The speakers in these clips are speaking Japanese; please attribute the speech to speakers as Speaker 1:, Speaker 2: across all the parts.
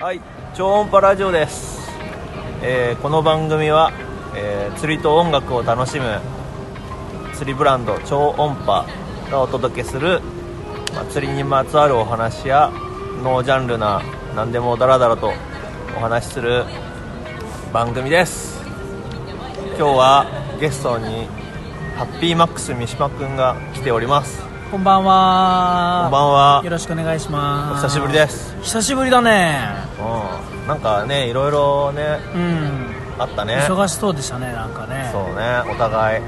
Speaker 1: はい、超音波ラジオです、えーこの番組は、えー釣りと音楽を楽しむ釣りブランド超音波がお届けする、まあ釣りにまつわるお話やノージャンルな何でもダラダラとお話しする番組です今日はゲストにハッピーマックス三島くんが来ております
Speaker 2: こんばんは。
Speaker 1: こんばんは
Speaker 2: よろしくお願いし
Speaker 1: お
Speaker 2: ます。
Speaker 1: 久しぶりで。す
Speaker 2: 久しぶりだね。
Speaker 1: うんなんかねいろいろね
Speaker 2: うん。
Speaker 1: あったね
Speaker 2: 忙しそうでしたね、なんかね。
Speaker 1: そうねお互い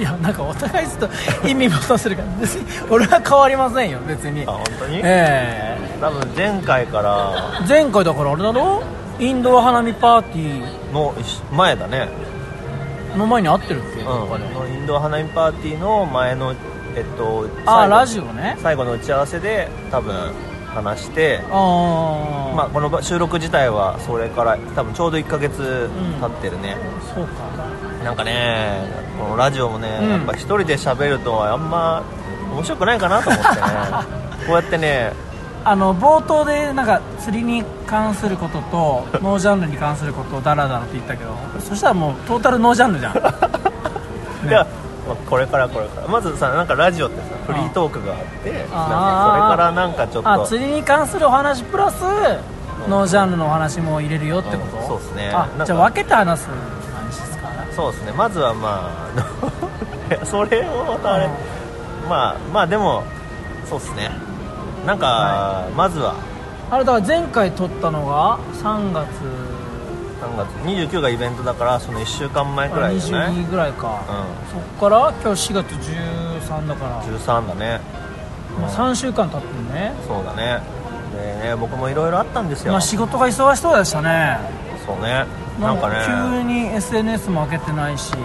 Speaker 2: いや、なんかお互いちょっと意味もさせるから、別に俺は変わりませんよ、別に
Speaker 1: あ。本当に
Speaker 2: え
Speaker 1: 多分前回から
Speaker 2: え前回だからあれだろインドア花見パーティ
Speaker 1: の一前だね、
Speaker 2: ーの前に会ってるっけ、
Speaker 1: うん、
Speaker 2: どっかで。
Speaker 1: のインド花見パーティーの前のえっと
Speaker 2: あ、
Speaker 1: 最後
Speaker 2: ラジオね。
Speaker 1: 最後の打ち合わせで多分話して
Speaker 2: ああ。
Speaker 1: まあ、この場収録自体はそれから多分ちょうど1ヶ月経ってるね、
Speaker 2: そうか。
Speaker 1: なんかねこのラジオもね、
Speaker 2: うん
Speaker 1: やっぱ一人で喋るとあんま面白くないかなと思ってね こうやってね
Speaker 2: あの冒頭でなんか釣りに関することと ノージャンルに関することをダラダラって言ったけどそしたらもうトータルノージャンル じゃん
Speaker 1: いや、まあこれからこれからまずさなんかラジオってさフリートークがあってなんかそれからなんかちょっと
Speaker 2: あ釣りに関するお話プラスノージャンルのお話も入れるよってこと、
Speaker 1: うんそうっすねなん
Speaker 2: あ
Speaker 1: か
Speaker 2: じゃあ分けて話す感じですか
Speaker 1: そうですねまずはまああの それをまたあれ、
Speaker 2: うん
Speaker 1: まあまあでもそうですねなんか、まずは
Speaker 2: あれだから前回撮ったのが3月
Speaker 1: 3月29がイベントだからその1週間前くらいじゃない、うん、
Speaker 2: 22ぐらいか、そっから今日4月13だから、
Speaker 1: 13だね、
Speaker 2: まあ、3週間経ってるね
Speaker 1: そうだねでね僕もいろいろあったんですよ、
Speaker 2: まあ仕事が忙しそうでしたね
Speaker 1: そうねなんかね
Speaker 2: 急に SNS も開けてないし、
Speaker 1: そう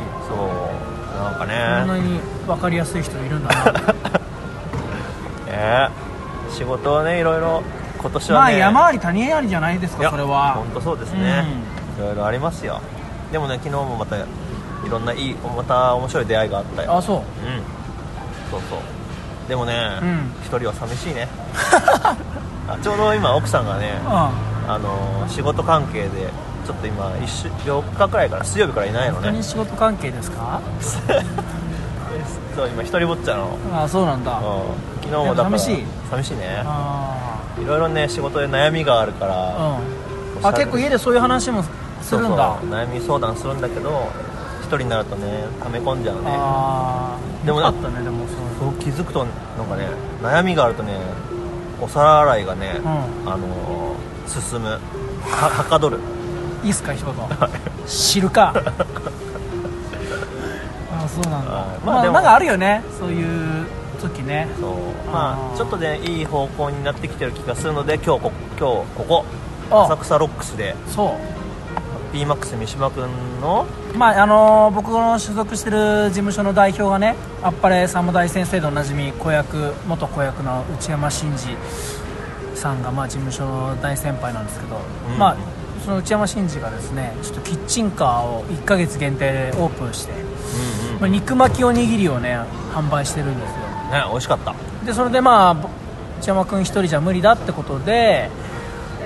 Speaker 1: なんか
Speaker 2: こ
Speaker 1: ね
Speaker 2: んなに分かりやすい人いる んだな
Speaker 1: えー仕事をねいろいろ今年
Speaker 2: ま
Speaker 1: は
Speaker 2: あ
Speaker 1: ね、
Speaker 2: 山あり谷ありじゃないです
Speaker 1: いや
Speaker 2: かそれは
Speaker 1: 本当そうですね、いろいろありますよでもね昨日もまたいろんないいまた面白い出会いがあったよ
Speaker 2: あそう
Speaker 1: うんそうそうでもね
Speaker 2: うん
Speaker 1: 一、人は寂しい ねあちょうど今奥さんがね
Speaker 2: う
Speaker 1: あのー仕事関係でちょっと今一週4日くらいから水曜日からいないの
Speaker 2: ん何
Speaker 1: ね
Speaker 2: 仕事関係ですか
Speaker 1: そう今一人ぼっちなの、
Speaker 2: あそうなんだ
Speaker 1: うん、昨日もだから
Speaker 2: でも寂しい
Speaker 1: 寂しいね
Speaker 2: あ
Speaker 1: いろいろね仕事で悩みがあるから、
Speaker 2: ーうんあ結構家でそういう話もするんだ
Speaker 1: そうそう悩み相談するんだけど一人になるとね溜め込んじゃうね
Speaker 2: ああ
Speaker 1: でも
Speaker 2: あったねでもそういう
Speaker 1: そう気づくとなんかね悩みがあるとねお皿洗いがね、
Speaker 2: う
Speaker 1: あのー進むははかどる
Speaker 2: いいっすか一言知 るかあそうなんだ
Speaker 1: はいまあ
Speaker 2: まあ
Speaker 1: でも
Speaker 2: なんかあるよねそういう時ね
Speaker 1: そうま
Speaker 2: あ
Speaker 1: あ
Speaker 2: ー
Speaker 1: ちょっとねいい方向になってきてる気がするので今日こ今日ここ
Speaker 2: あ
Speaker 1: 浅草ロックスで
Speaker 2: そう
Speaker 1: b マックス三島くんの
Speaker 2: まああのー僕の所属してる事務所の代表がねあっぱれサムダイ先生でおなじみ子役元子役の内山真司さんが、まあ、事務所の大先輩なんですけど、
Speaker 1: うん
Speaker 2: まあ、その内山真司がですねちょっとキッチンカーを1ヶ月限定でオープンして、
Speaker 1: うんうん
Speaker 2: まあ、肉巻きおにぎりをね販売してるんですよ
Speaker 1: ね美味しかった
Speaker 2: でそれでまあぼ内山君一人じゃ無理だってことで、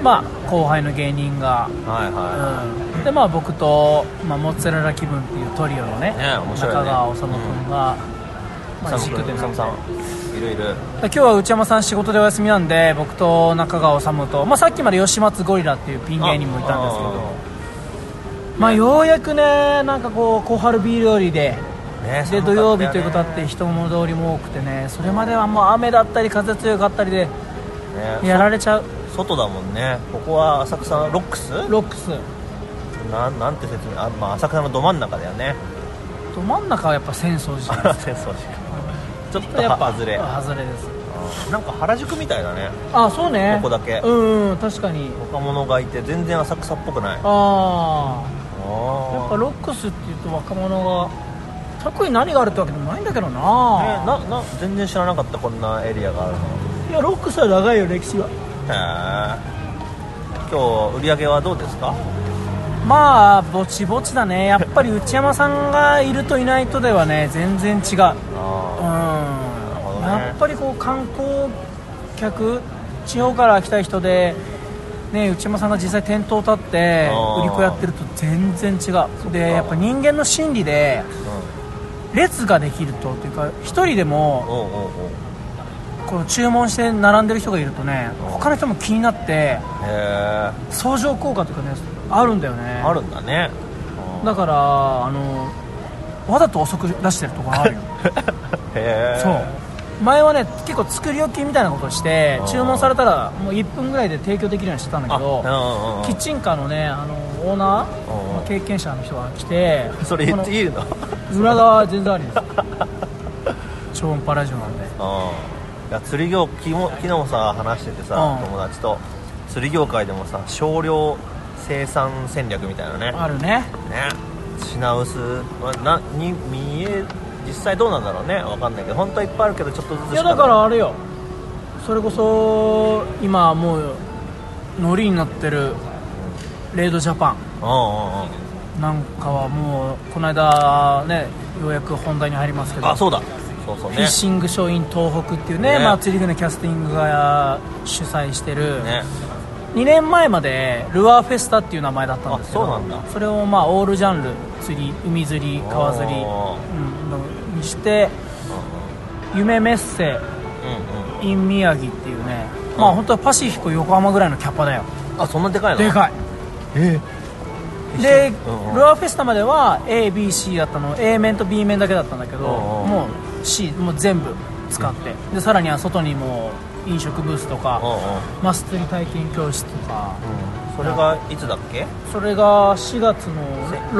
Speaker 2: まあ、後輩の芸人が
Speaker 1: はいは
Speaker 2: うんでまあ僕と、まあ、モッツァレラ気分っていうトリオのね
Speaker 1: ね面白いね
Speaker 2: 中川治君が、ま
Speaker 1: い三
Speaker 2: あ、軸
Speaker 1: く
Speaker 2: で
Speaker 1: ん
Speaker 2: な
Speaker 1: 三
Speaker 2: って
Speaker 1: さんいるいる
Speaker 2: 今日は内山さん仕事でお休みなんで僕と中川治と、まあ、さっきまで吉松ゴリラっていうピン芸人もいたんですけどまあ、ようやくねなんかこう小春ビールよりで
Speaker 1: です
Speaker 2: で土曜日ということあっ
Speaker 1: ね
Speaker 2: て人も通りも多くてねそれまではもう雨だったり風強かったりでやられちゃう
Speaker 1: 外だもんねここは浅草ロックス
Speaker 2: ロックス
Speaker 1: なんなんて説明あ、まあ、浅草のど真ん中だよね
Speaker 2: ど真ん中はやっぱ浅草寺 じゃないで
Speaker 1: 浅草寺ちょっ
Speaker 2: す
Speaker 1: と
Speaker 2: かやっぱ
Speaker 1: は外れ
Speaker 2: 外れです
Speaker 1: なんか原宿みたいだね
Speaker 2: あそうね
Speaker 1: ここだけ
Speaker 2: うんうん確かに
Speaker 1: 若者がいて全然浅草っぽくない
Speaker 2: ああやっぱ
Speaker 1: あ
Speaker 2: ロックスっていうと若者が特に何があるってわけでもないんだけど
Speaker 1: あ、
Speaker 2: な,、
Speaker 1: ね、なな全然知らなかったこんなエリアがあるの
Speaker 2: いやロックスは長いよ歴史は
Speaker 1: へえ今日売り上げはどうですか
Speaker 2: まあぼちぼちだねやっぱり内山さんがいるといないとではね全然違ううん
Speaker 1: あるほどね
Speaker 2: やっぱりこう観光客地方から来た人で、ね、内山さんが実際店頭立って
Speaker 1: あー
Speaker 2: 売り子やってると全然違うでやっぱ人間の心理で列ができるとというか1人で
Speaker 1: ー
Speaker 2: も
Speaker 1: おうおうおう
Speaker 2: この注文して並んでる人がいるとね他の人も気になって
Speaker 1: へえ
Speaker 2: 相乗効果というかねあるんだよね
Speaker 1: あるんだね
Speaker 2: だからあのわざと遅く出してるところあるよ
Speaker 1: へえ
Speaker 2: そう前はね結構作り置きみたいなことして
Speaker 1: あー
Speaker 2: 注文されたらもう1分ぐらいで提供できるようにしてたんだけど
Speaker 1: あうんうん
Speaker 2: キッチンカーのねあのオーナー
Speaker 1: うんうん
Speaker 2: 経験者の人が来て
Speaker 1: それ言って
Speaker 2: い
Speaker 1: いいの
Speaker 2: 裏側は全然ありです超音波ラジオなんで
Speaker 1: うんいや釣り業昨日昨日もさ話しててさ、
Speaker 2: うん
Speaker 1: 友達と釣り業界でもさ少量生産戦略みたいなね
Speaker 2: あるね
Speaker 1: ね品薄はなに見え実際どうなんだろうねわかんないけど本当はいっぱいあるけどちょっとずつ
Speaker 2: い
Speaker 1: し
Speaker 2: や
Speaker 1: ない
Speaker 2: だからあれよそれこそ今もうノリになってるレイドジャパン
Speaker 1: うんうんうん
Speaker 2: なんかはもうこの間ねようやく本題に入りますけど
Speaker 1: あそうだそうそう
Speaker 2: フィ
Speaker 1: ね
Speaker 2: ッシングショーイン東北っていう
Speaker 1: ね
Speaker 2: ねまあ、釣り具のキャスティングが主催してる、
Speaker 1: ね
Speaker 2: 2年前までルアーフェスタっていう名前だったんですけど
Speaker 1: あそうなんだ
Speaker 2: それをまあオールジャンル釣り海釣り川釣り、うん
Speaker 1: おー
Speaker 2: のにして夢メッセ
Speaker 1: うんうん
Speaker 2: in 宮城っていうね、まあ本当はパシフィコ横浜ぐらいのキャパだよ
Speaker 1: あそんなでかいの
Speaker 2: でかい
Speaker 1: え
Speaker 2: で、
Speaker 1: うんうん
Speaker 2: ルアーフェスタまでは ABC だったの A 面と B 面だけだったんだけど、
Speaker 1: うんうん
Speaker 2: もう C もう全部使って、でさらには外にも飲食ブースと
Speaker 1: えうん
Speaker 2: か、
Speaker 1: うん
Speaker 2: マス釣り体験教室とか
Speaker 1: それがいつだっけ
Speaker 2: それが4月の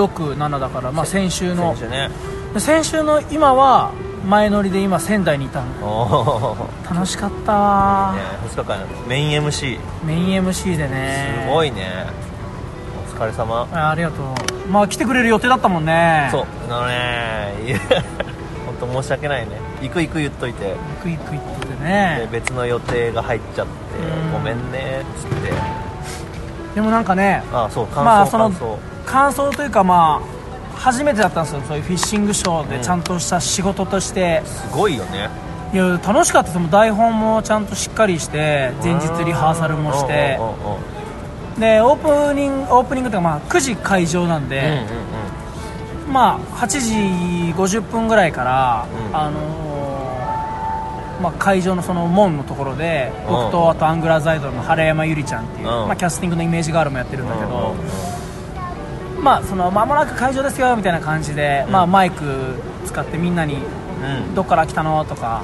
Speaker 2: 67だから、まあ、先週の
Speaker 1: 先週ね
Speaker 2: で先週の今は前乗りで今仙台にいたの
Speaker 1: おおね
Speaker 2: 楽しかったわ、
Speaker 1: 2日間やったメイン MC す
Speaker 2: メイン MC でね
Speaker 1: ご
Speaker 2: い
Speaker 1: いねお疲れ様
Speaker 2: あありがとうまあ来てくれる予定だったもんね
Speaker 1: そうあのねいや 本当申し訳ないね行く行く言っといて
Speaker 2: 行く行く行ってて
Speaker 1: で
Speaker 2: ね
Speaker 1: 別の予定が入っちゃって
Speaker 2: うん
Speaker 1: ごめんねっつって
Speaker 2: でもなんかね
Speaker 1: あそう感想、
Speaker 2: まあその
Speaker 1: 感想
Speaker 2: 感想というかまあ初めてだったんですよそういうフィッシングショー
Speaker 1: う
Speaker 2: で
Speaker 1: ん
Speaker 2: ちゃんとした仕事として、
Speaker 1: すごいよね
Speaker 2: いや楽しかったですもう台本もちゃんとしっかりして前日リハーサルもして
Speaker 1: うんうんうんうん
Speaker 2: でオープニングオープニングというかまあ9時会場なん
Speaker 1: うんうん
Speaker 2: で、まあ8時50分ぐらいから、
Speaker 1: うん
Speaker 2: あのーまあ、会場のその門のところで僕とあとアングラーズアイドルの原山ゆりちゃんっていう、
Speaker 1: うん
Speaker 2: まあ、キャスティングのイメージガールもやってるんだ
Speaker 1: う
Speaker 2: け
Speaker 1: んうん
Speaker 2: ど、まあその間もなく会場ですよみたいな感じで、まあ、マイク使ってみんなに
Speaker 1: うん
Speaker 2: どっから来たのとか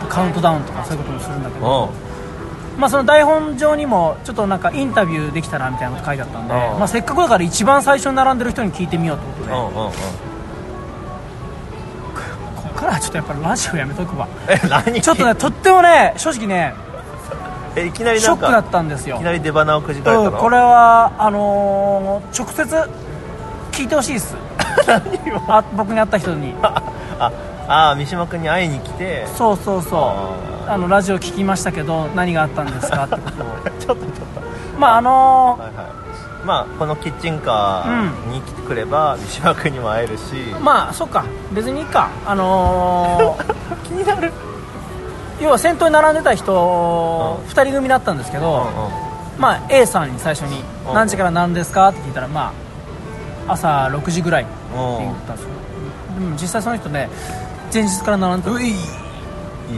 Speaker 2: あとカウントダウンとかそういうこともするんだけど、
Speaker 1: うん
Speaker 2: まあ、その台本上にもちょっとなんかインタビューできたらみたいなこと書いてあったんで、
Speaker 1: うん
Speaker 2: まあ、せっかくだから一番最初に並んでる人に聞いてみようってことで、
Speaker 1: うんうんうん
Speaker 2: ここからはちょっとやっぱラジオやめとくわ
Speaker 1: え何
Speaker 2: ちょっとねとってもね正直ね
Speaker 1: えいきなり
Speaker 2: シ
Speaker 1: な
Speaker 2: ョッ
Speaker 1: ん
Speaker 2: クだ
Speaker 1: か
Speaker 2: ったんです
Speaker 1: い
Speaker 2: よ
Speaker 1: きなり出花をくじかれ
Speaker 2: う
Speaker 1: た
Speaker 2: ん
Speaker 1: の
Speaker 2: これはあのー直接聞いてほしいです
Speaker 1: 何を
Speaker 2: あ僕に会った人に
Speaker 1: ああ三島君に会いに来て
Speaker 2: そうそうそう
Speaker 1: あー
Speaker 2: あのラジオ聞きましたけど何があったんですかって こ
Speaker 1: ち
Speaker 2: とを
Speaker 1: ょっとちょっと
Speaker 2: まああのー
Speaker 1: はいはいまあこのキッチンカーに来てくれば三島君にも会えるし
Speaker 2: まあそっか別にいいかあの ー
Speaker 1: 気になる
Speaker 2: 要は先頭に並んでた人
Speaker 1: うん
Speaker 2: 2人組だったんですけ
Speaker 1: うんう
Speaker 2: ど、
Speaker 1: ん
Speaker 2: まあ、A さんに最初に
Speaker 1: うん
Speaker 2: 「何時から何ですか?」って聞いたら、まあ、朝6時ぐらいって言ったんですよでも実際その人ね前日から並んでた
Speaker 1: いいね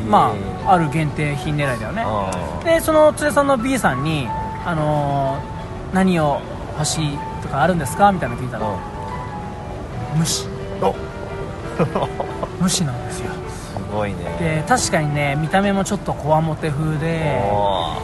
Speaker 2: まあある限定品狙いだよね
Speaker 1: あ
Speaker 2: でその連れさんの B さんに「あのー何を欲しいとかあるんですか?」みたいなの聞いた
Speaker 1: ーう
Speaker 2: ら
Speaker 1: ん
Speaker 2: 「無視
Speaker 1: お
Speaker 2: 無視なんですよ
Speaker 1: すごいね
Speaker 2: で確かにね見た目もちょっとこわもて風で
Speaker 1: お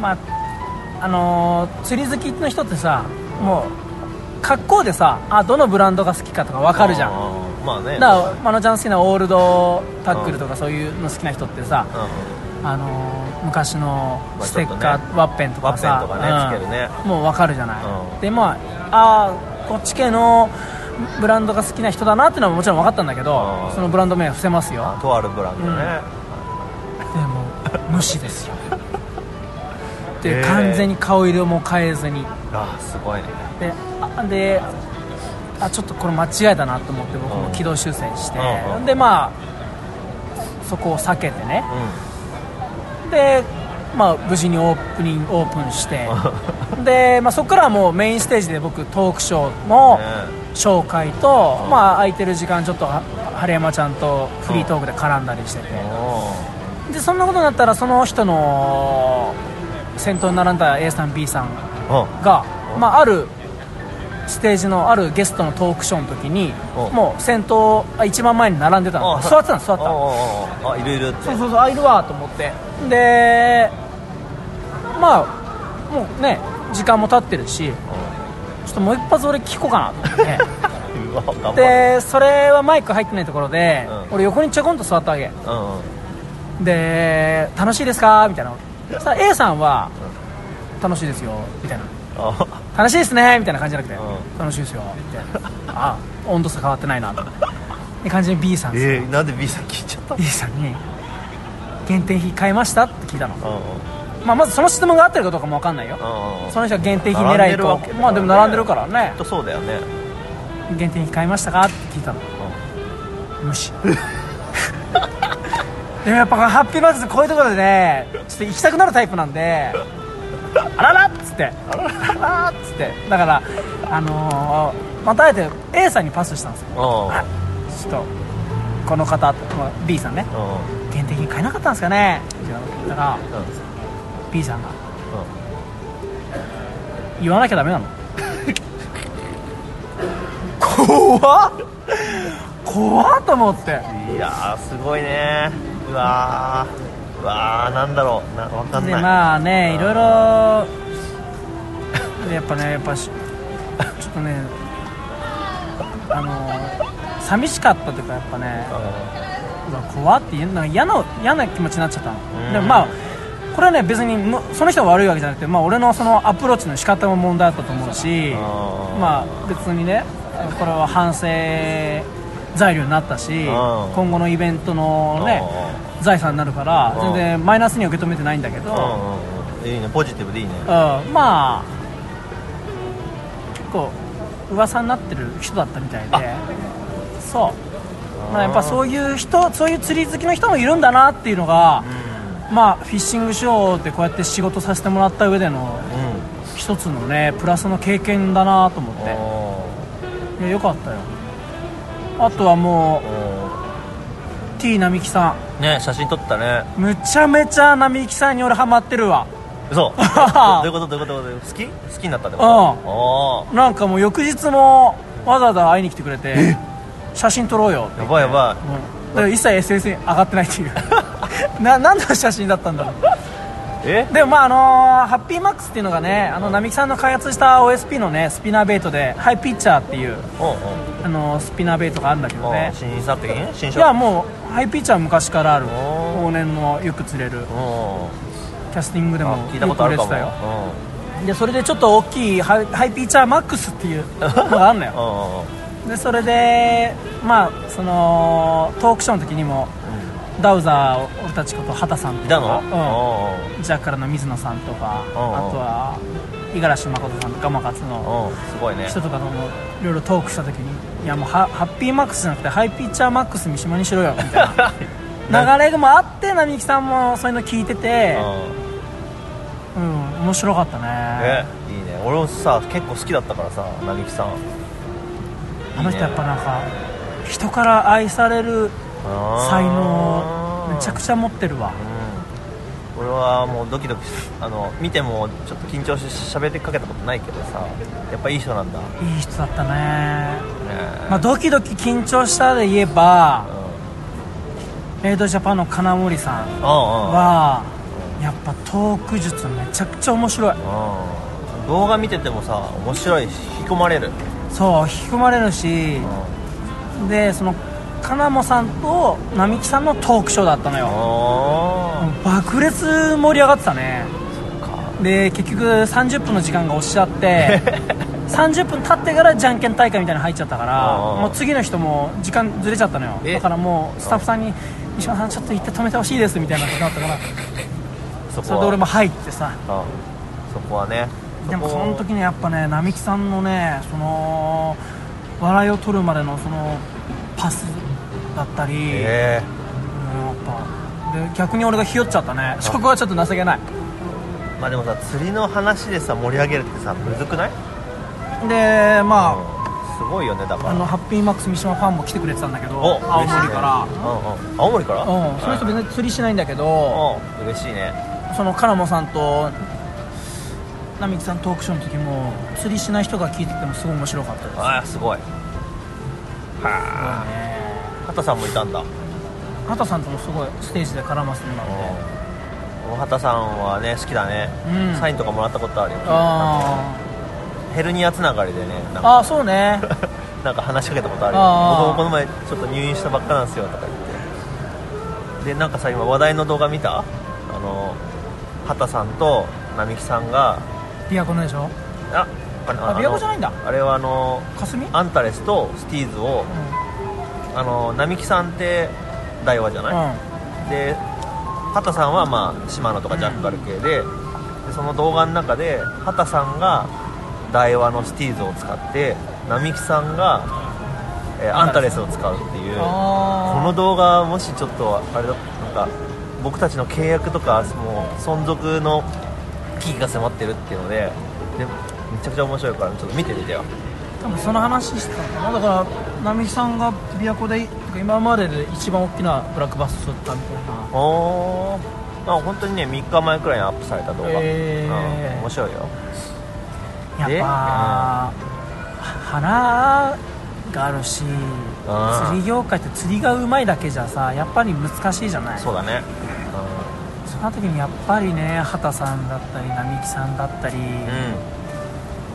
Speaker 2: まああのー釣り好きの人ってさもう格好でさあどのブランドが好きかとか分かるじゃん
Speaker 1: んまあね
Speaker 2: だからまのちゃん好きなオールドタックルとかそういうの好きな人ってさ、
Speaker 1: うん
Speaker 2: あのー昔の
Speaker 1: まあち
Speaker 2: ス
Speaker 1: ょ
Speaker 2: テ
Speaker 1: っとね
Speaker 2: ッカー、ワッペンとかさ
Speaker 1: ワッペンとかねつけ
Speaker 2: うん
Speaker 1: るね
Speaker 2: もう分かるじゃない、
Speaker 1: うん
Speaker 2: でまああーこっち系のブランドが好きな人だなっていうのはもちろん分かったんだけど
Speaker 1: うん
Speaker 2: そのブランド名は伏せますよ
Speaker 1: あとあるブランドね
Speaker 2: でも無視ですよ
Speaker 1: へ
Speaker 2: で
Speaker 1: ー
Speaker 2: 完全に顔色も変えずに
Speaker 1: あーすごいね
Speaker 2: でであちょっとこれ間違いだなと思って僕
Speaker 1: う
Speaker 2: も
Speaker 1: ん
Speaker 2: 軌道修正して、
Speaker 1: うんうん
Speaker 2: でまあそこを避けてね
Speaker 1: う
Speaker 2: で、まあ、無事にオープニングオープンしてで、まあ、そこからはもうメインステージで僕トークショーの紹介と、
Speaker 1: うん
Speaker 2: まあ、空いてる時間ちょっとは春山ちゃんとフリートークで絡んだりしてて、
Speaker 1: ん
Speaker 2: でそんなことになったらその人の先頭に並んだ A さん B さん
Speaker 1: おー
Speaker 2: が、
Speaker 1: うん
Speaker 2: まあ、あるステージのあるゲストのトークショーの時に
Speaker 1: うん
Speaker 2: もう先頭あ一番前に並んでたの
Speaker 1: あ
Speaker 2: 座ってたの座ってたの
Speaker 1: おーおーおーあいるいるって
Speaker 2: そうそうそうあいるわと思ってでまあもうね時間も経ってるしちょっともう一発俺聞こうかなと思 って。
Speaker 1: うわ頑張る
Speaker 2: でそれはマイク入ってないところで、
Speaker 1: うん
Speaker 2: 俺横にちょこんと座ったわけ
Speaker 1: うんうん
Speaker 2: で楽しいですかみたいなそしたら A さんは、楽しいですよみたいな
Speaker 1: あ
Speaker 2: 楽しいですねみたいな感じじゃなくて、
Speaker 1: うん
Speaker 2: 楽しいですよみたいなあ温度差変わってないなとって感じで B さんですよ、
Speaker 1: えーなんで B さん聞いちゃった
Speaker 2: B さんに限定品買えましたって聞いたの、
Speaker 1: うんうん
Speaker 2: まあ、まずその質問が合ってるかどうかも分かんないよ、
Speaker 1: うんうん
Speaker 2: その人は限定品狙
Speaker 1: 並んで
Speaker 2: いと
Speaker 1: るわけだからね
Speaker 2: まあでも並んでるからね
Speaker 1: きっとそうだよね
Speaker 2: 限定品買いましたかって聞いたの、無視 でもやっぱハッピーバースデーこういうところでねちょっと行きたくなるタイプなんであららっつってあららっつってだからあのーまたあえて A さんにパスしたんですよ
Speaker 1: う
Speaker 2: ちょっとこの方、まあ B さんね
Speaker 1: んうん
Speaker 2: 限定品買えなかったんですかねって言った
Speaker 1: うん
Speaker 2: ら B さんが言わなきゃダメなの 怖っ怖っと思って
Speaker 1: うんいやーすごいねうわーうわーなんだろうなわかん
Speaker 2: で
Speaker 1: ない
Speaker 2: まあねいろいろ やっぱねやっぱしちょっとねあの寂しかったというかやっぱねうわ怖っていうなんか嫌な嫌な気持ちになっちゃった
Speaker 1: うん
Speaker 2: のでもまあこれはね別にむその人が悪いわけじゃなくて、まあ、俺のそのアプローチの仕方も問題だったと思うし
Speaker 1: あー
Speaker 2: まあ別にねこれは反省材料になったし
Speaker 1: ん
Speaker 2: 今後のイベントのね財産になるから
Speaker 1: うん
Speaker 2: 全然マイナスには受け止めてないんだけど、
Speaker 1: うんうんうんいいねポジティブでいいね
Speaker 2: うん、まあ結構噂になってる人だったみたいでそう、まあ、やっぱそういう人そういう釣り好きの人もいるんだなっていうのが、まあフィッシングショーでこうやって仕事させてもらった上での
Speaker 1: うんうん
Speaker 2: 一つのねプラスの経験だなと思っ
Speaker 1: お
Speaker 2: ていやよかったよあとはも
Speaker 1: ーお
Speaker 2: う T 並木さ
Speaker 1: ーね写真撮ったね
Speaker 2: んむちゃめちゃ並木さんに俺ハマってるわ
Speaker 1: 嘘どういうことどういうことどういうこと好き好きになったってこと
Speaker 2: う
Speaker 1: お
Speaker 2: んなんかもう翌日もわざわざ会いに来てくれて写真撮ろうよって
Speaker 1: ーやばいやば
Speaker 2: うんだから一切 SNS に上がってないっていう な何の写真だったんだろう
Speaker 1: いえ
Speaker 2: でもまああのーハッピーマックスっていうのがねあの並木さんの開発した OSP のねスピナーベイトでハイピッチャーっていう、
Speaker 1: おう
Speaker 2: あのースピナーベイトがあるんだけ
Speaker 1: お
Speaker 2: ど
Speaker 1: う
Speaker 2: ね
Speaker 1: 新作品新
Speaker 2: い
Speaker 1: 商
Speaker 2: や
Speaker 1: 品
Speaker 2: もうハイピッチャーは昔からある
Speaker 1: おー
Speaker 2: 往年のよく釣れる
Speaker 1: おー
Speaker 2: キャスティングでも
Speaker 1: あ
Speaker 2: よ
Speaker 1: 聞いたことあ
Speaker 2: く売
Speaker 1: る
Speaker 2: れ
Speaker 1: かも
Speaker 2: てたよでそれでちょっと大きいハイハイピーチャーマックスっていうのがあ るのよ
Speaker 1: うんうんうん
Speaker 2: でそれでまあそのトークショーの時にもダウザー俺たちこと畑さんと
Speaker 1: い
Speaker 2: か
Speaker 1: たのお
Speaker 2: うん、ジャッカルの水野さんとかあと
Speaker 1: おうおう
Speaker 2: は五十嵐誠さんとかマカツ
Speaker 1: う
Speaker 2: の
Speaker 1: おうおうすごいね
Speaker 2: 人とかともいろいろトークした時にいやもうハハッピーマックスじゃなくてハイピーチャーマックス三島にしろよみたい な流れもあって並木さんもそういうの聞いてて
Speaker 1: うん
Speaker 2: うん面白かった
Speaker 1: え
Speaker 2: ね
Speaker 1: いいね俺もさ結構好きだったからさ並木さん
Speaker 2: あの人やっぱなんか人から愛される才能めちゃく
Speaker 1: ちゃ
Speaker 2: ちゃ持ってるわ
Speaker 1: 俺はもうドキドキしあの見てもちょっと緊張して喋りかけたことないけどさやっぱいい人なんだね
Speaker 2: いい人だったね、
Speaker 1: え
Speaker 2: まあ、ドキドキ緊張したで言えば
Speaker 1: うん
Speaker 2: メイドジャパンの金森さん
Speaker 1: うんうん
Speaker 2: はやっぱトーク術めちゃくちゃ面白い
Speaker 1: うん動画見ててもさ面白いし引き込まれる
Speaker 2: そう引き込まれるし
Speaker 1: うん
Speaker 2: でその金もさんと並木さんのトークショーだったのよ
Speaker 1: あ
Speaker 2: 爆裂盛り上がってたね
Speaker 1: ーか
Speaker 2: で結局30分の時間が押しちゃって 30分経ってからじゃんけん大会みたいなの入っちゃったから
Speaker 1: あー
Speaker 2: もう次の人も時間ずれちゃったのよ
Speaker 1: え
Speaker 2: だからもうスタッフさんに「西村さんちょっと行って止めてほしいです」みたいなことになったから
Speaker 1: そこは
Speaker 2: それで俺も入ってさ
Speaker 1: あそこはね
Speaker 2: でもその時にやっぱね並木さんのねその笑いを取るまでのそのパスだったり、
Speaker 1: え
Speaker 2: もうやっぱで逆に俺がひよっちゃったねそこはちょっと情けない
Speaker 1: えまあでもさ釣りの話でさ盛り上げるってさむずくない
Speaker 2: でまあ、
Speaker 1: うんすごいよねだから
Speaker 2: あのハッピーマックス三島ファンも来てくれてたんだけど
Speaker 1: お
Speaker 2: 青森か
Speaker 1: 嬉しいねうんうん青森から
Speaker 2: ら、うん、その人別に釣りしないんだけど
Speaker 1: うん嬉しいね
Speaker 2: そのカラモさんと並木さんトークショーの時も釣りしない人が聞いててもすごい面白かったです
Speaker 1: ああすごいはあ畑さんもいたんだ
Speaker 2: 畑さんともすごいステージで絡ますんなので
Speaker 1: お畑さんはね好きだね、
Speaker 2: うん
Speaker 1: サインとかもらったことあるよ
Speaker 2: あ
Speaker 1: ヘルニアつながりでねなんか
Speaker 2: ああーそうね
Speaker 1: なんか話しかけたことあるよ
Speaker 2: あ
Speaker 1: 僕
Speaker 2: ー
Speaker 1: もこの前ちょっと入院したばっかなんですよとか言ってでなんかさ今話題の動画見たあの畑さんと並木さんが
Speaker 2: 琵琶湖のでしょ
Speaker 1: ああの
Speaker 2: あ琵琶湖じゃないんだ
Speaker 1: あれはあの
Speaker 2: 霞うん
Speaker 1: アンタレスとスティーズをあの並木さんって大和じゃない、で畑さんはまあ島野とかジャッカル系で,、でその動画の中で畑さんが大和のスティーズを使って並木さんが、えーアンタレスを使うっていうこの
Speaker 2: あ
Speaker 1: 動画もしちょっとあれだなんか僕たちの契約とかもう存続の危機が迫ってるっていうのででめちゃくちゃ面白いからちょっと見てみてよ
Speaker 2: ー多分その話してたのかなだから並木さんが琵琶湖で今までで一番大きなブラックバス釣ったみたいな
Speaker 1: おーまあ本当にね3日前くらいにアップされた動画、
Speaker 2: へー
Speaker 1: うん面白いよ
Speaker 2: やっ
Speaker 1: で
Speaker 2: ぱ花があるし
Speaker 1: あー
Speaker 2: 釣り業界って釣りがうまいだけじゃさやっぱり難しいじゃない
Speaker 1: そうだね
Speaker 2: その時にやっぱりね畑さんだったり並木さんだったり、
Speaker 1: うん、う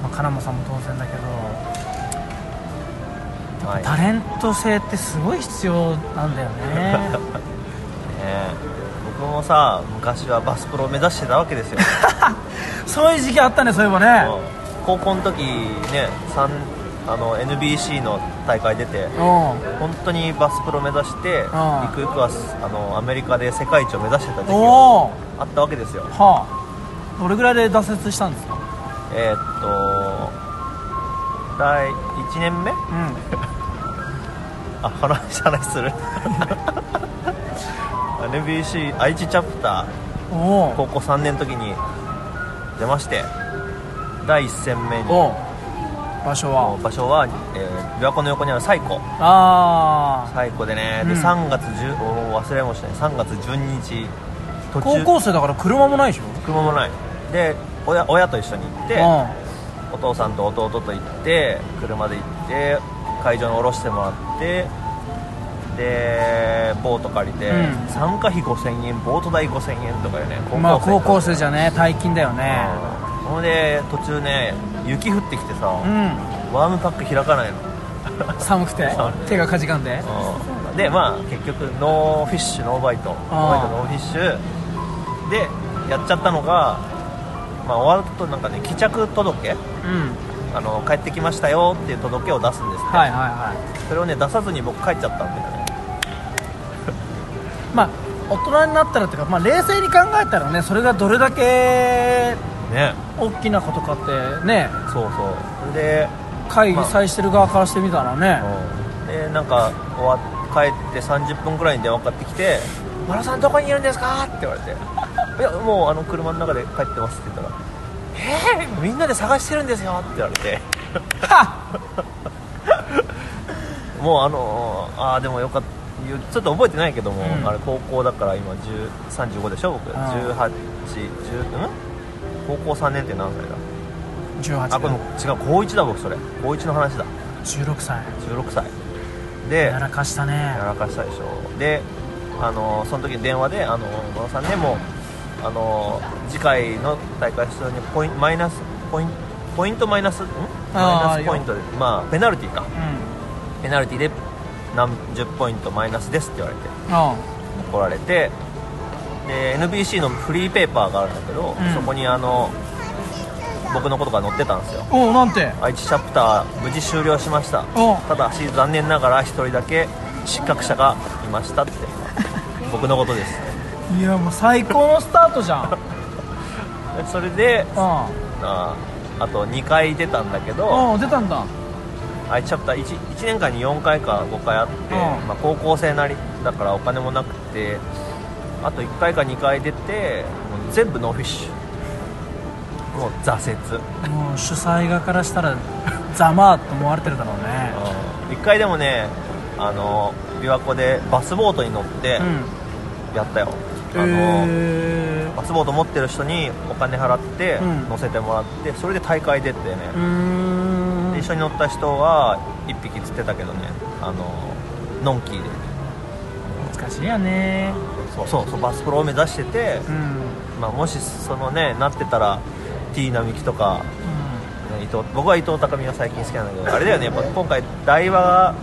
Speaker 2: まあ、金本さんも当然だけど
Speaker 1: んはい
Speaker 2: タレント性ってすごい必要なんだ よね
Speaker 1: ね僕もさ昔はバスプロを目指してたわけ ですよ、
Speaker 2: そういう時期あったねそういえば
Speaker 1: う
Speaker 2: ね
Speaker 1: ん高校の時ねさんあの NBC の大会出て
Speaker 2: うん
Speaker 1: 本当にバスプロ目指してゆ
Speaker 2: あ
Speaker 1: くゆくはあのアメリカで世界一を目指してた時期が
Speaker 2: おお
Speaker 1: あったわけですよ
Speaker 2: はあどれぐらいで挫折したんですか
Speaker 1: えーっと第1年目
Speaker 2: うん
Speaker 1: あ話 話する NBC 愛知チャプター
Speaker 2: おお
Speaker 1: 高校3年の時に出まして第1戦目に
Speaker 2: おお場所は
Speaker 1: 場所は、えー琵琶湖の横にある西湖
Speaker 2: ああ
Speaker 1: 西湖でね、
Speaker 2: うん
Speaker 1: で3月10おー忘れもしない3月12日途
Speaker 2: 高
Speaker 1: 中
Speaker 2: 校生だから車もないでしょ
Speaker 1: 車もないで親親と一緒に行って
Speaker 2: う
Speaker 1: お父さんと弟と行って車で行って会場に降ろしてもらってでボート借りて、
Speaker 2: うん
Speaker 1: 参加費5000円ボート代5000円とかよね
Speaker 2: んまあ高校
Speaker 1: 生
Speaker 2: 生じゃね大金だよね
Speaker 1: うんそれで途中ね雪降ってきてさ、
Speaker 2: うん
Speaker 1: ワームパック開かないの
Speaker 2: 寒くて
Speaker 1: 寒く
Speaker 2: 手がかじかんで
Speaker 1: うんでまあ結局ノーフィッシュノーバイトノーバイトノーフィッシュでやっちゃったのが、まあ、終わるとなんかね帰着届
Speaker 2: うん
Speaker 1: あの帰ってきましたよっていう届けを出すんですって、
Speaker 2: はいはいは
Speaker 1: それをね出さずに僕帰っちゃったんだよね
Speaker 2: いまあ大人になったらっていうか、まあ、冷静に考えたらねそれがどれだけ
Speaker 1: ね
Speaker 2: 大きなことかってね
Speaker 1: そうそうで,、
Speaker 2: 会議催してる側からしてみたらね、
Speaker 1: うんでなんか終わっ帰って30分くらいに電話かかってきて「マラさんどこにいるんですか?」って言われて「いやもうあの車の中で帰ってます」って言ったら「えー、みんなで探してるんですよ」って言われて
Speaker 2: はっ
Speaker 1: もうあのーああでもよかったちょっと覚えてないけども、
Speaker 2: うん
Speaker 1: あれ高校だから今10 35でしょ僕
Speaker 2: ん
Speaker 1: 1810ん高校3年って何歳だあこれも
Speaker 2: 18
Speaker 1: 違う高1だ僕それ高1の話だ
Speaker 2: 16歳
Speaker 1: 16歳で
Speaker 2: やらかしたね
Speaker 1: やらかしたでしょであのその時に電話で「あの野田さんねもうあの次回の大会出場にポインマイナスポインポイントマイナスん
Speaker 2: あ
Speaker 1: マ
Speaker 2: ー
Speaker 1: イナスポイントでまあペナルティーか
Speaker 2: うん
Speaker 1: ペナルティーで何十ポイントマイナスです」って言われて
Speaker 2: あ
Speaker 1: 怒られてで NBC のフリーペーパーがあるんだけど、
Speaker 2: うん
Speaker 1: そこにあの僕のことが載ってたんですよ
Speaker 2: おおなんて
Speaker 1: 愛知チャプター無事終了しました
Speaker 2: おう
Speaker 1: ただし残念ながら1人だけ失格者がいましたって僕のことです
Speaker 2: いやもう最高のスタートじゃん
Speaker 1: それで
Speaker 2: あ
Speaker 1: ああと2回出たんだけど
Speaker 2: ああ出たんだ
Speaker 1: あチャプター 1, 1年間に4回か5回あって、
Speaker 2: うん
Speaker 1: まあ、高校生なりだからお金もなくてあと1回か2回出てもう全部ノーフィッシュもう挫折
Speaker 2: もう主催側からしたら ざまあと思われてるだろうね
Speaker 1: 1回でもねあの琵琶湖でバスボートに乗って
Speaker 2: うん
Speaker 1: やったよ、あの
Speaker 2: へ
Speaker 1: バスボート持ってる人にお金払って
Speaker 2: うん
Speaker 1: 乗せてもらってそれで大会出てね、
Speaker 2: えうーん
Speaker 1: で一緒に乗った人は1匹釣ってたけどねあののんきで
Speaker 2: 難しいよね
Speaker 1: そうそうそうバスプロを目指してて、
Speaker 2: うん
Speaker 1: まあ、もしそのねなってたら T 並木とか、ね伊藤僕は伊藤匠が最近好きなんだけどあれだよねやっぱ今回台場が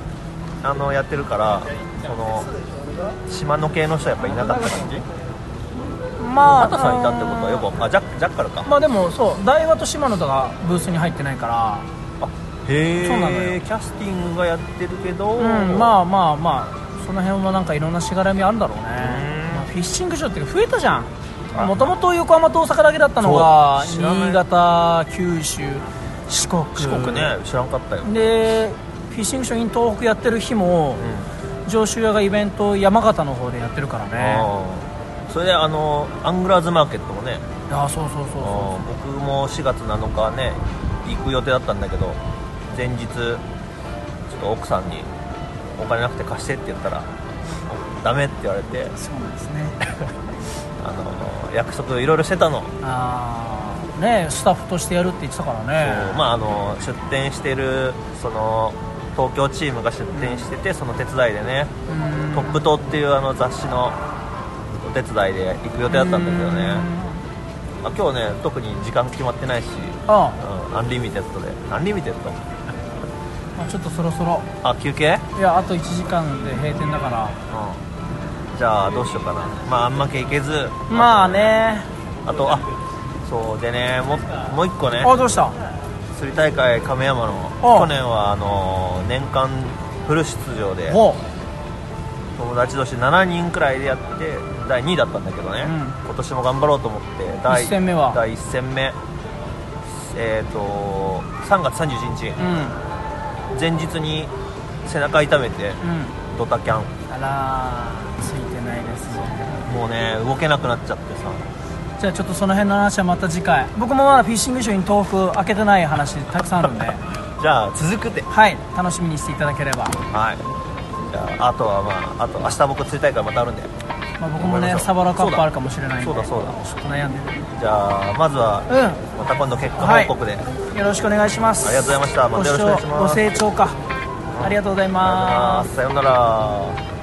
Speaker 1: あのやってるからその島の系の人はやっぱいなかった感じ
Speaker 2: うんまあ
Speaker 1: 畑さんいたってことはよ
Speaker 2: うん
Speaker 1: くあジャックジャッカルか、
Speaker 2: まあでもそう大和と島野とかブースに入ってないから
Speaker 1: あへ
Speaker 2: そうなの
Speaker 1: え
Speaker 2: よ
Speaker 1: キャスティングがやってるけど、
Speaker 2: うん、まあまあまあその辺はなんかいろんなしがらみあるんだろうね、
Speaker 1: ん
Speaker 2: まあフィッシング場っていうか増えたじゃん
Speaker 1: あ
Speaker 2: もともと横浜と大阪だけだったのが
Speaker 1: そう知らない
Speaker 2: 新潟九州四国
Speaker 1: 四国ね知らんかったよ、
Speaker 2: でフィッシング場 in 東北やってる日も、
Speaker 1: うん
Speaker 2: 上州屋がイベントを山形の方でやってるからね
Speaker 1: うんそれであのアングラーズマーケットもね
Speaker 2: ああそうそうそうそ
Speaker 1: 僕も4月7日ね行く予定だったんだけど前日ちょっと奥さんに「お金なくて貸して」って言ったら「ダメ」って言われて
Speaker 2: うそうなんですね
Speaker 1: あの約束いろいろしてたの、
Speaker 2: ああねスタッフとしてやるって言ってたからね
Speaker 1: まああの出店してるその東京チームが出店してて、その手伝いでね「トップ島」っていうあの雑誌のお手伝いで行く予定だったんだけどね、まあ、今日ね特に時間決まってないし
Speaker 2: ああ、
Speaker 1: うんアンリミテッドでアンリミテッド
Speaker 2: まあ、ちょっとそろそろ
Speaker 1: あ休憩
Speaker 2: いやあと1時間で閉店だから
Speaker 1: うんじゃあどうしようかなまああんまけ行けず
Speaker 2: まあね
Speaker 1: あとあそうでねももう一個ね
Speaker 2: あどうした
Speaker 1: 釣り大会亀山の
Speaker 2: お
Speaker 1: 去年はあの年間フル出場で
Speaker 2: ほ
Speaker 1: 友達同士7人くらいでやって第2位だったんだけどね、
Speaker 2: うん
Speaker 1: 今年も頑張ろうと思って第
Speaker 2: 一戦目は
Speaker 1: 第1戦目えっ、と3月31日
Speaker 2: ううん
Speaker 1: 前日に背中痛めて
Speaker 2: うん
Speaker 1: ドタキャン
Speaker 2: あらついてないですね
Speaker 1: もうね動けなくなっちゃってさ
Speaker 2: じゃあちょっとその辺の話はまた次回僕もまだフィッシングショーに豆腐開けてない話たくさんあ るんで
Speaker 1: じゃあ続くて
Speaker 2: はい楽しみにしていただければ、
Speaker 1: はいじゃああとはまああと明日僕釣り大会またあるんで
Speaker 2: まあ、僕もねサバラカップあるかもしれないんで
Speaker 1: そうだそうだ
Speaker 2: ちょっと悩んでる
Speaker 1: じゃあまずは
Speaker 2: う
Speaker 1: また今度結果報告で、
Speaker 2: んよろしくお願いします
Speaker 1: ありがとうございましたまたよろしくお願いします
Speaker 2: ご視聴ご清聴かありがとうござい
Speaker 1: あ
Speaker 2: ます
Speaker 1: りがとうございますさようなら